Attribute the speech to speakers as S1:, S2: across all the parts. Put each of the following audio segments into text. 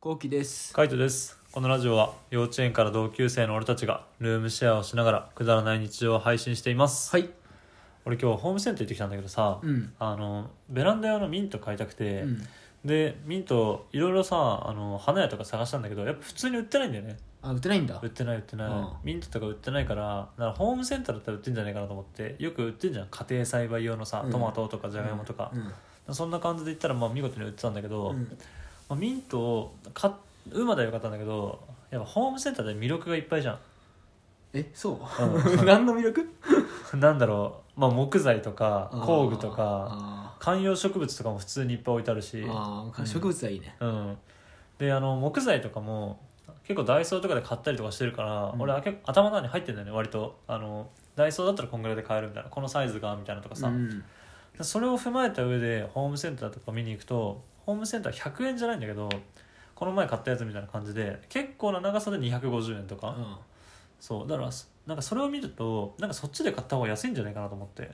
S1: こうきです。
S2: カイトですこのラジオは幼稚園から同級生の俺たちがルームシェアをしながらくだらない日常を配信しています、
S1: はい。
S2: 俺今日ホームセンター行ってきたんだけどさ、
S1: うん。
S2: あのベランダ用のミント買いたくて、
S1: うん、
S2: でミントいろいろさあの花屋とか探したんだけどやっぱ普通に売ってないんだよね
S1: あ、売ってないんだ
S2: 売っ。てない売ってない、
S1: うん
S2: ミントとか売ってないからだからホームセンターだったら売ってんじゃないかなと思ってよく売ってんじゃん家庭栽培用のさ
S1: うん
S2: トマトとかじゃがいもとか、
S1: うん。
S2: そんな感じで言ったらまあ見事に売ってたんだけど、
S1: うん
S2: まあミントを買うまではよかったんだけどやっぱホームセンターで魅力がいっぱいじゃ
S1: え、そうう。 何の魅力？
S2: んなんだろう、まあ、木材とか 工具とか
S1: あ
S2: 観葉植物とかも普通にいっぱい置いてあるし
S1: ーあー、
S2: うん
S1: 植物はいいね。
S2: うんであの木材とかも結構ダイソーとかで買ったりとかしてるから、
S1: うん
S2: 俺は結構頭の中に入ってんだよね割とあのダイソーだったらこんぐらいで買えるみたいなこのサイズがみたいなとかさ、
S1: うん。
S2: でそれを踏まえた上でホームセンターとか見に行くとホームセンター100円じゃないんだけどこの前買ったやつみたいな感じで結構な長さで250円とか、
S1: あ
S2: そうだからそなんかそれを見るとなんかそっちで買った方が安いんじゃないかなと思って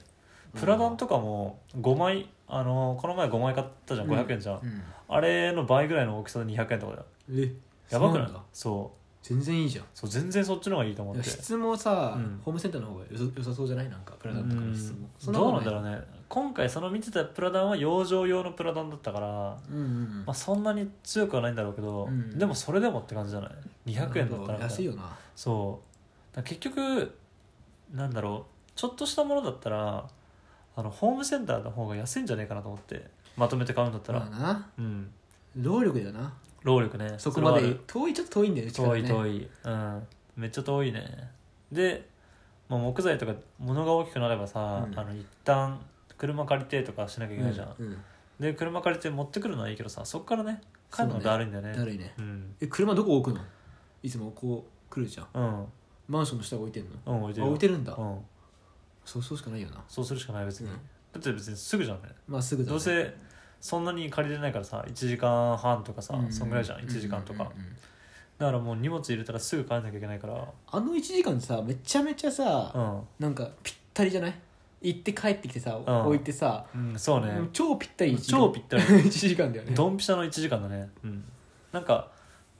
S2: プラダンとかも5枚あのこの前5枚買ったじゃん500円じゃ
S1: う
S2: ん、
S1: ん。
S2: あれの倍ぐらいの大きさで200円とかだよ
S1: え、
S2: やばくない
S1: そうだ
S2: そう
S1: 全然いいじゃん。
S2: そう全然そっちの方がいいと思
S1: い
S2: っ
S1: や
S2: て
S1: 質もさ、
S2: うん
S1: ホームセンターの方がよさ良さそうじゃないなんかプラダンとかの質も。
S2: うんどうなんだ
S1: ろ
S2: ろうね今回その見てたプラダンは養生用のプラダンだったから
S1: う。うんうん
S2: まあ、そんなに強くはないんだろうけど、
S1: うん
S2: でもそれでもって感じじゃない
S1: うん。
S2: 200円だったら
S1: 安いよな。
S2: そうだから結局なんだろうちょっとしたものだったらあのホームセンターの方が安いんじゃないかなと思ってまとめて買うんだったら、
S1: まあな、
S2: うん
S1: 労力だよな。
S2: 労力ね
S1: そこま
S2: れは
S1: で遠いちょっと遠いんだよね。
S2: ある遠い遠
S1: い。
S2: い、うんめっちゃ遠いねで、まあ、木材とか物が大きくなればさ、
S1: うん
S2: あの一旦車借りてとかしなきゃいけないじゃん、
S1: うん。
S2: で車借りて持ってくるのはいいけどさそっからね帰るの
S1: そうね
S2: だるいんだよね
S1: だるいね。
S2: うん
S1: え、車どこ置くの？いつもこう来るじゃん。
S2: うん
S1: マンションの下置いてんの？
S2: うん置いて
S1: あ
S2: るよ
S1: 置いてるんだ、
S2: うん、
S1: そうそうしかないよな、
S2: そうするしかない別に、
S1: うん
S2: だって別にすぐじゃんね
S1: まあすぐだ、ね、
S2: どうせそんなに借りれないからさ1時間半とかさ、
S1: う
S2: そんぐらいじゃん1時間とか、
S1: うんうんうん
S2: だからもう荷物入れたらすぐ帰んなきゃいけないから
S1: あの1時間さめちゃめちゃさ、
S2: う
S1: なんかぴったりじゃない行って帰ってきてさ、
S2: ん
S1: 置いてさ、
S2: ん、うん、そうね、
S1: 超ぴったり1時間
S2: 超ぴった り
S1: 1時間だよね
S2: ドンピシャの1時間だねうんなんか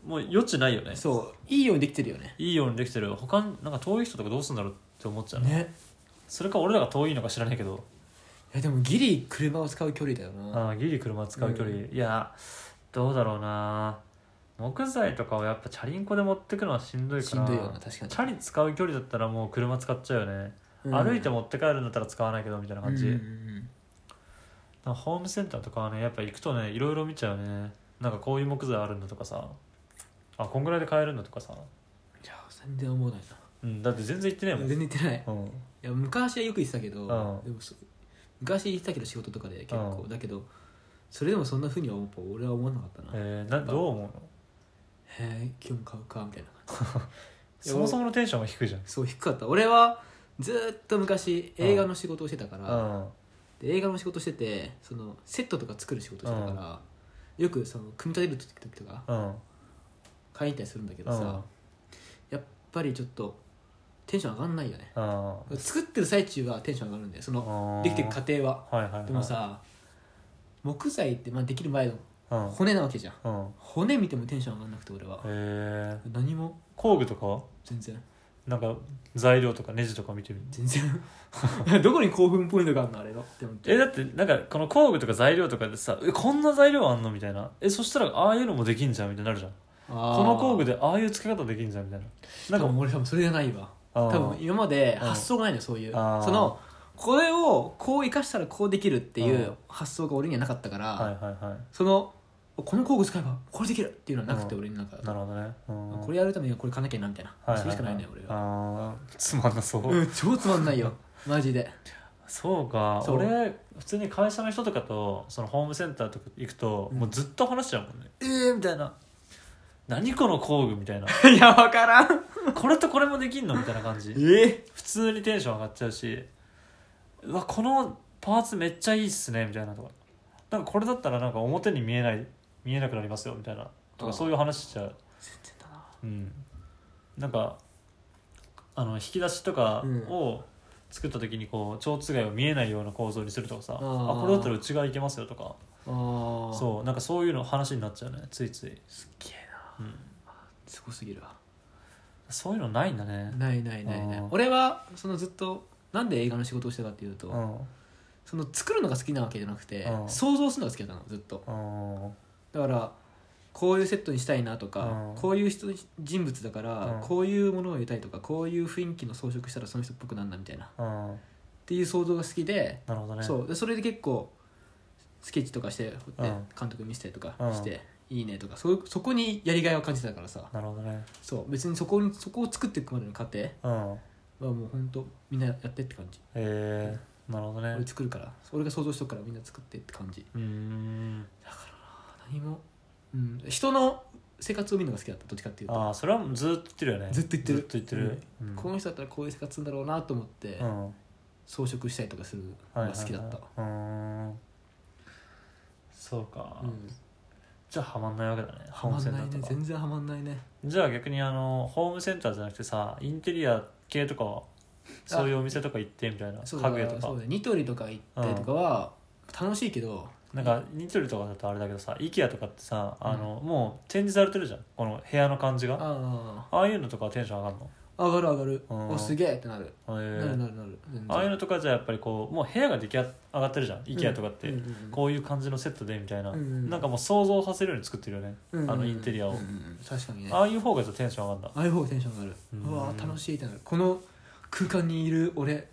S2: もう余地ないよね
S1: そういいようにできてるよね
S2: いいようにできてる他になんか遠い人とかどうするんだろうって思っちゃうね
S1: ね
S2: それか俺らが遠いのか知らないけど
S1: いやでもギリ車を使う距離だよな
S2: ああギリ車使う距離、
S1: う
S2: いやどうだろうな木材とかをやっぱチャリンコで持ってくのはしんどい
S1: し
S2: から
S1: んどいよな確かに
S2: チャリ使う距離だったらもう車使っちゃうよね、
S1: うん
S2: 歩いて持って帰るんだったら使わないけどみたいな感じ、
S1: うんうん
S2: なんかホームセンターとかはねやっぱ行くとねいろいろ見ちゃうねなんかこういう木材あるんだとかさあこんぐらいで買えるんだとかさ、
S1: いや全然思わないな
S2: うん、だって全然行ってねえもん、
S1: 全然行ってない
S2: うん、
S1: いや昔はよく言ってたけど、
S2: ん
S1: でもそ昔言ってたけど仕事とかで結構、
S2: うん
S1: だけどそれでもそんなふうにはやっぱ俺は思わなかったなへ
S2: えー、などう思うの
S1: え今日も買うかみたい な
S2: そもそものテンションが低いじゃん
S1: そう低かった俺はずーっと昔
S2: うん
S1: 映画の仕事をしてたか
S2: う
S1: ら、
S2: ん
S1: で映画の仕事しててそのセットとか作る仕事してたから、よくその組み立てる時とか
S2: うん
S1: 買いに行ったりするんだけど
S2: う
S1: さ、
S2: ん
S1: やっぱりちょっとテンション上がんないよね
S2: うん
S1: 作ってる最中はテンション上がるんだよその
S2: あー
S1: できてる過程は
S2: はいはいはい
S1: でもさ木材って、まあ、できる前の
S2: うん
S1: 骨なわけじゃん
S2: うん
S1: 骨見てもテンション上がんなくて俺は
S2: へえ
S1: 何も
S2: 工具とかは
S1: 全然
S2: なんか材料とかネジとか見てみる
S1: 全然 どこに興奮ポイントがあるのあれのって思って
S2: えだってなんかこの工具とか材料とかでさえこんな材料あんのみたいなえそしたらああいうのもできんじゃんみたいになるじゃん
S1: こ
S2: この工具
S1: で
S2: でああいう付け方できんじゃんみたい
S1: な
S2: な
S1: ん
S2: な
S1: か
S2: んか
S1: 俺多分それじゃないわ
S2: あ
S1: 多
S2: ー
S1: 分今まで
S2: うん
S1: 発想がないのよそういうそ
S2: あー
S1: のこれをこう生かしたらこうできるっていううん発想が俺にはなかったから、
S2: はいはいは
S1: そのこの工具使えばこれできるっていうのはなくて
S2: うん
S1: 俺の中
S2: いなるほどねうん
S1: これやるためにはこれ買わなきゃなみたいな、
S2: はいはいはい
S1: それしかないね俺は、
S2: あーつまんなそう、
S1: うん、超つまんないよマジで
S2: そうか
S1: そう
S2: 俺普通に会社の人とかとそのホームセンターとか行くと、
S1: うん
S2: もうずっと話しちゃうもんねえー、みたいな何この工具みたいな
S1: いやわからん
S2: これとこれもできんのみたいな感じ
S1: え
S2: 普通にテンション上がっちゃうしうわこのパーツめっちゃいいっすねみたいなとかなんかこれだったらなんか表に見えない見えなくなりますよみたいなと
S1: ああ
S2: かそういう話しちゃう
S1: 全然だな
S2: うんなんかあの引き出しとか
S1: うん
S2: を作った時にこう蝶番を見えないような構造にするとかさ、
S1: ああ
S2: あこれだったら内側いけますよとか
S1: ああ
S2: そうなんかそういうの話になっちゃうねついつい、
S1: すっげえな
S2: うん、
S1: すごすぎるわ
S2: そういうのないんだね
S1: ないないないな
S2: あ
S1: い
S2: ー
S1: 俺はそのずっとなんで映画の仕事をしたかっていうと、
S2: うん
S1: その作るのが好きなわけじゃなくて、
S2: うん
S1: 想像するのが好きだったのずっと
S2: うん
S1: だからこういうセットにしたいなとか、
S2: うん
S1: こういう人人物だから、
S2: うん
S1: こういうものを得たいとかこういう雰囲気の装飾したらその人っぽくなんだみたいなっ
S2: うん
S1: ていう想像が好きで、
S2: なるほどね
S1: そうでそれで結構スケッチとかして、こうやって
S2: うん
S1: 監督見せたりとか
S2: うん
S1: して、いいねとかそういうそこにやりがいを感じてたからさ
S2: なるほどね
S1: そう別にそこにそこを作っていくまでの過程
S2: うん
S1: はもうほんとみんなやってって感じ、
S2: えー、なるほどね
S1: 俺作るから俺が想像しとくからみんな作ってって感じ
S2: うーん
S1: 何も、うん、人の生活を見るのが好きだったどっちかっていうと
S2: ああそれはずっと言ってるよね
S1: ずっと言ってる
S2: ずっと言ってる、うん
S1: この人だったらこういう生活するんだろうなと思って、
S2: うん
S1: 装飾したりとかするのが好きだった、
S2: はいはいはい、うーんそうか、
S1: うん、
S2: じゃあハマんないわけだね
S1: は
S2: ホー
S1: ま
S2: ム
S1: ん
S2: セン
S1: な
S2: タ
S1: いね
S2: ーとか
S1: 全然はまんないね
S2: じゃあ逆にあのホームセンターじゃなくてさインテリア系とかはそういうお店とか行ってみたいな
S1: そう
S2: 家
S1: だ
S2: 具屋とか
S1: そうだニトリとか行ったりとかは楽しいけど、
S2: なんかニトリとかだとあれだけどさ IKEA とかってさあの、もう展示されてるじゃんこの部屋の感じが
S1: あ
S2: ああいうのとかはテンション上がるの
S1: あ上がる上がる、
S2: うん
S1: おすげえってなる、
S2: えー
S1: なるなるなる全然
S2: ああいうのとかじゃやっぱりこうもう部屋が出来上がってるじゃん IKEA とかって、
S1: うんうんうん
S2: こういう感じのセットでみたいな、
S1: うんうん
S2: なんかもう想像させるように作ってるよね、
S1: うんうんうん
S2: あのインテリアを、
S1: うんうんうん確かにね
S2: ああいう方がテンション上がるんだ
S1: ああいう方がテンション上がる
S2: うん
S1: うわー楽しいってなるこの空間にいる俺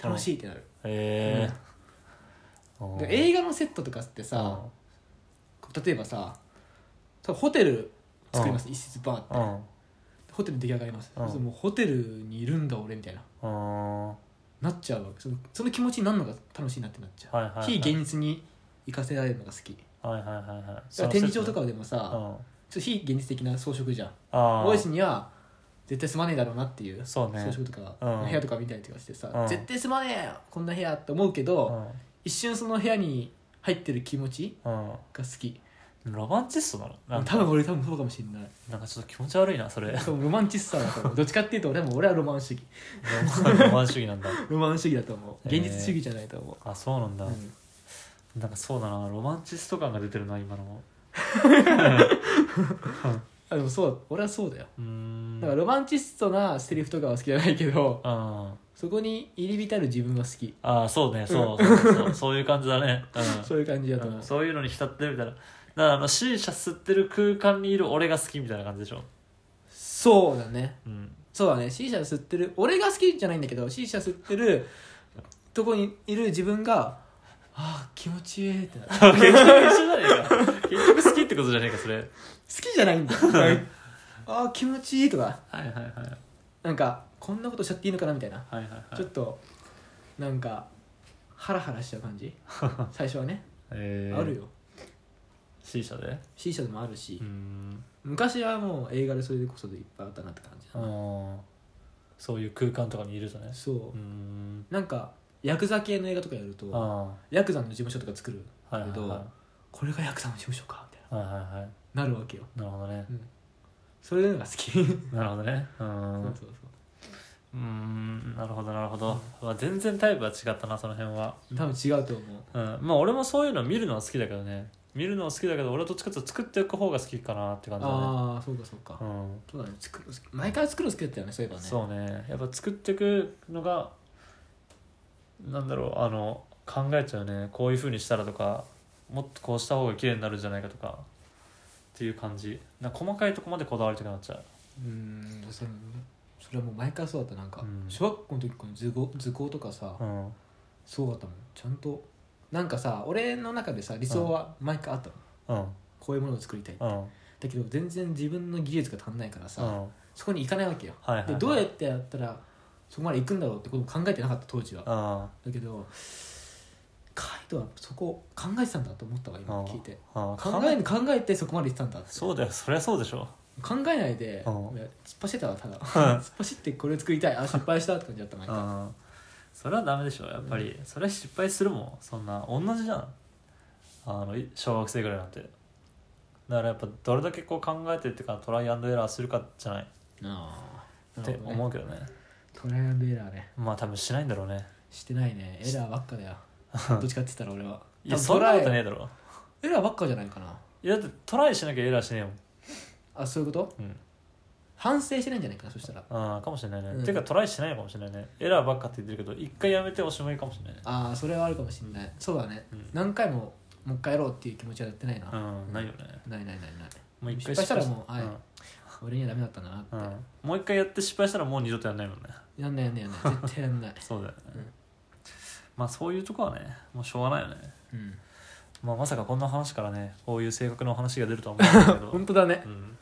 S1: 楽しいってなる、
S2: へえ、
S1: で映画のセットとかってさ、例えばさ多分ホテル作ります、一室バーって
S2: うんうん
S1: ホテル出来上がります、
S2: うん
S1: そうするともうホテルにいるんだ俺みたいな
S2: うんは
S1: なっちゃうわけそのその気持ちになるのが楽しいなってなっちゃ、
S2: いうはいはい
S1: 非現実に行かせられるのが好きだ
S2: はいはいはいはい
S1: から展示場とかでも
S2: う
S1: さ、
S2: ん
S1: ちょっと非現実的な装飾じゃん
S2: あ
S1: 大
S2: あ
S1: 石には絶対すまねえだろうなっていう装
S2: そうね
S1: 飾とか、
S2: うん
S1: 部屋とか見たりとかしてさ、
S2: うん
S1: 絶対すまねえよこんな部屋って思うけど、一瞬その部屋に入ってる気持ち
S2: うん、
S1: が好き
S2: うん、ロマンチストなのなんか
S1: 多分俺多分そうかもしれない
S2: なんかちょっと気持ち悪いな それロ
S1: 多分ロマンチストだと 思うどっちかっていうと俺も俺はロマン主義
S2: マンロマン主義なんだ
S1: ロマン主義だと思う
S2: へー
S1: 現実主義じゃないと思
S2: あそうなん
S1: う、
S2: だ、
S1: うん
S2: なんかそうだなロマンチスト感が出てるな今の
S1: あでもそう俺はそうだよ
S2: うーん
S1: だからロマンチストなセリフとかは好きじゃないけど
S2: うん
S1: そこに入り浸る自分は好き
S2: ああそうねそうそうそうそうそういう感じだね、う
S1: そういう感じだと
S2: ん
S1: 思
S2: うん
S1: う
S2: そういうのに浸ってるみたいなだからあの C 社吸ってる空間にいる俺が好きみたいな感じでしょ、
S1: そうだね
S2: うん、
S1: そうだね C 社吸ってる俺が好きじゃないんだけど C 社吸ってるとこにいる自分があー気持ちいいってなる 好
S2: 結局一緒じゃねえか結局好きってことじゃねえかそれはい
S1: きじゃないんだ よあー気持ちいいとか
S2: はいはいはい
S1: なんかこんなことしちゃっていいのかなみたいな
S2: はいはいはい
S1: ちょっとなんかハラハラしちゃう感 じ最初はね、
S2: え
S1: あるよ
S2: C 社で
S1: C 社でもあるし
S2: うー、ん
S1: 昔はもう映画でそれでこそでいっぱいあったなって感じだな、
S2: あそういう空間とかにいるとね
S1: そう
S2: うーん
S1: なんかヤクザ系の映画とかやると
S2: あ
S1: ヤクザの事務所とか作る
S2: あはいはい
S1: け
S2: はい
S1: ど、これがヤクザの事務所かみたい
S2: はいはいはい
S1: ななるわけよ、
S2: なるほどね
S1: うん、そういうのが好きそう
S2: なるほどねうーん
S1: そう
S2: う
S1: そう
S2: ーんなるほどなるほど、まあ、全然タイプは違ったなその辺は
S1: 多分違うと思う
S2: うん、まあ俺もそういうの見るのは好きだけどね見るのは好きだけど俺はどっちかっていうと作っていく方が好きかなって感じだね
S1: ああそうかそうか、
S2: うん
S1: そうだね作るの好き毎回作るの好きだったよねそういえばね
S2: そうねやっぱ作っていくのがなんだろうあの考えちゃうねこういうふうにしたらとかもっとこうした方が綺麗になるんじゃないかとかっていう感じなんか細かいとこまでこだわりたくなっちゃう
S1: うーんそれもそれはもう毎回そうだったなんか、
S2: うん
S1: 小学校の時この図工図工とかさ、
S2: うん
S1: そうだったもんちゃんとなんかさ俺の中でさ理想は毎回あったの、
S2: うん
S1: こういうものを作りたいだ
S2: うん
S1: けど全然自分の技術が足んないから
S2: う
S1: さ、
S2: ん
S1: そこに行かないわけよ
S2: はいはい、はい、
S1: でどうやってやったらそこまで行くんだろうってことも考えてなかった当時はだ
S2: あ
S1: けどカイトはそこ考えてたんだと思ったわ今聞いて
S2: あ
S1: 考え考えてそこまで行ってたんだって
S2: そうだよそりゃそうでしょ
S1: 考えないで
S2: うん
S1: 突っ走ってたわただ 突っ走ってこれ作りたいあ失敗したって感じだった毎回
S2: うんそれはダメでしょやっぱり、それは失敗するもんそんな同じじゃんあのい小学生ぐらいなんてだからやっぱどれだけこう考えてってかトライアンドエラーするかじゃない
S1: ああ
S2: って思うけどね
S1: トライアンドエラーね
S2: まあ多分しないんだろうね
S1: してないねエラーばっかだよどっちかって言ったら俺はい
S2: やそんなことねえだろ
S1: エラーばっかじゃないかない
S2: やだってトライしなきゃエラーしねえもん
S1: あそういうこと、
S2: うん
S1: 反省してないんじゃないかなそしたら
S2: ああかもしれないね、
S1: うん
S2: ていうかトライしないのかもしれないねエラーばっかって言ってるけど一回やめておしまいかもしれないね
S1: ああそれはあるかもしれないそうだね、
S2: うん
S1: 何回ももう一回やろうっていう気持ちはやってないな、
S2: うんないよね
S1: ないないないない
S2: もう一回
S1: 失敗したらもうはい
S2: ん
S1: 俺にはダメだったんだなって、
S2: うんもう一回やって失敗したらもう二度とやんないもんね
S1: やんないやんないやんない 絶対やんない
S2: そうだよね、
S1: うん
S2: まあそういうとこはねもうしょうがないよね、
S1: うん
S2: まあ、まさかこんな話からねこういう性格の話が出るとは思うんだ けど、
S1: 本当だね
S2: うん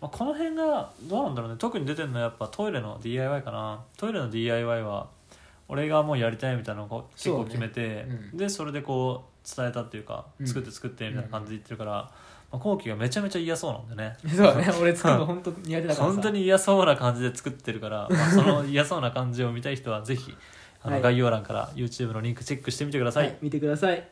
S2: まあ、この辺がどうなんだろうね特に出てるのはやっぱトイレの DIY かなトイレの DIY は俺がもうやりたいみたいなのをこう結
S1: そう
S2: 構
S1: ね
S2: 決めて、
S1: うん
S2: でそれでこう伝えたっていうか、
S1: うん
S2: 作って作ってみたいな感じで言ってるから、まあ、後期がめちゃめちゃ嫌そうなんだよね
S1: そうだね俺作るの本当苦手だからさ
S2: 本当に嫌そうな感じで作ってるから、まあ、その嫌そうな感じを見たい人はぜひあの
S1: はい
S2: 概要欄から YouTube のリンクチェックしてみてくださ、
S1: はいい見てください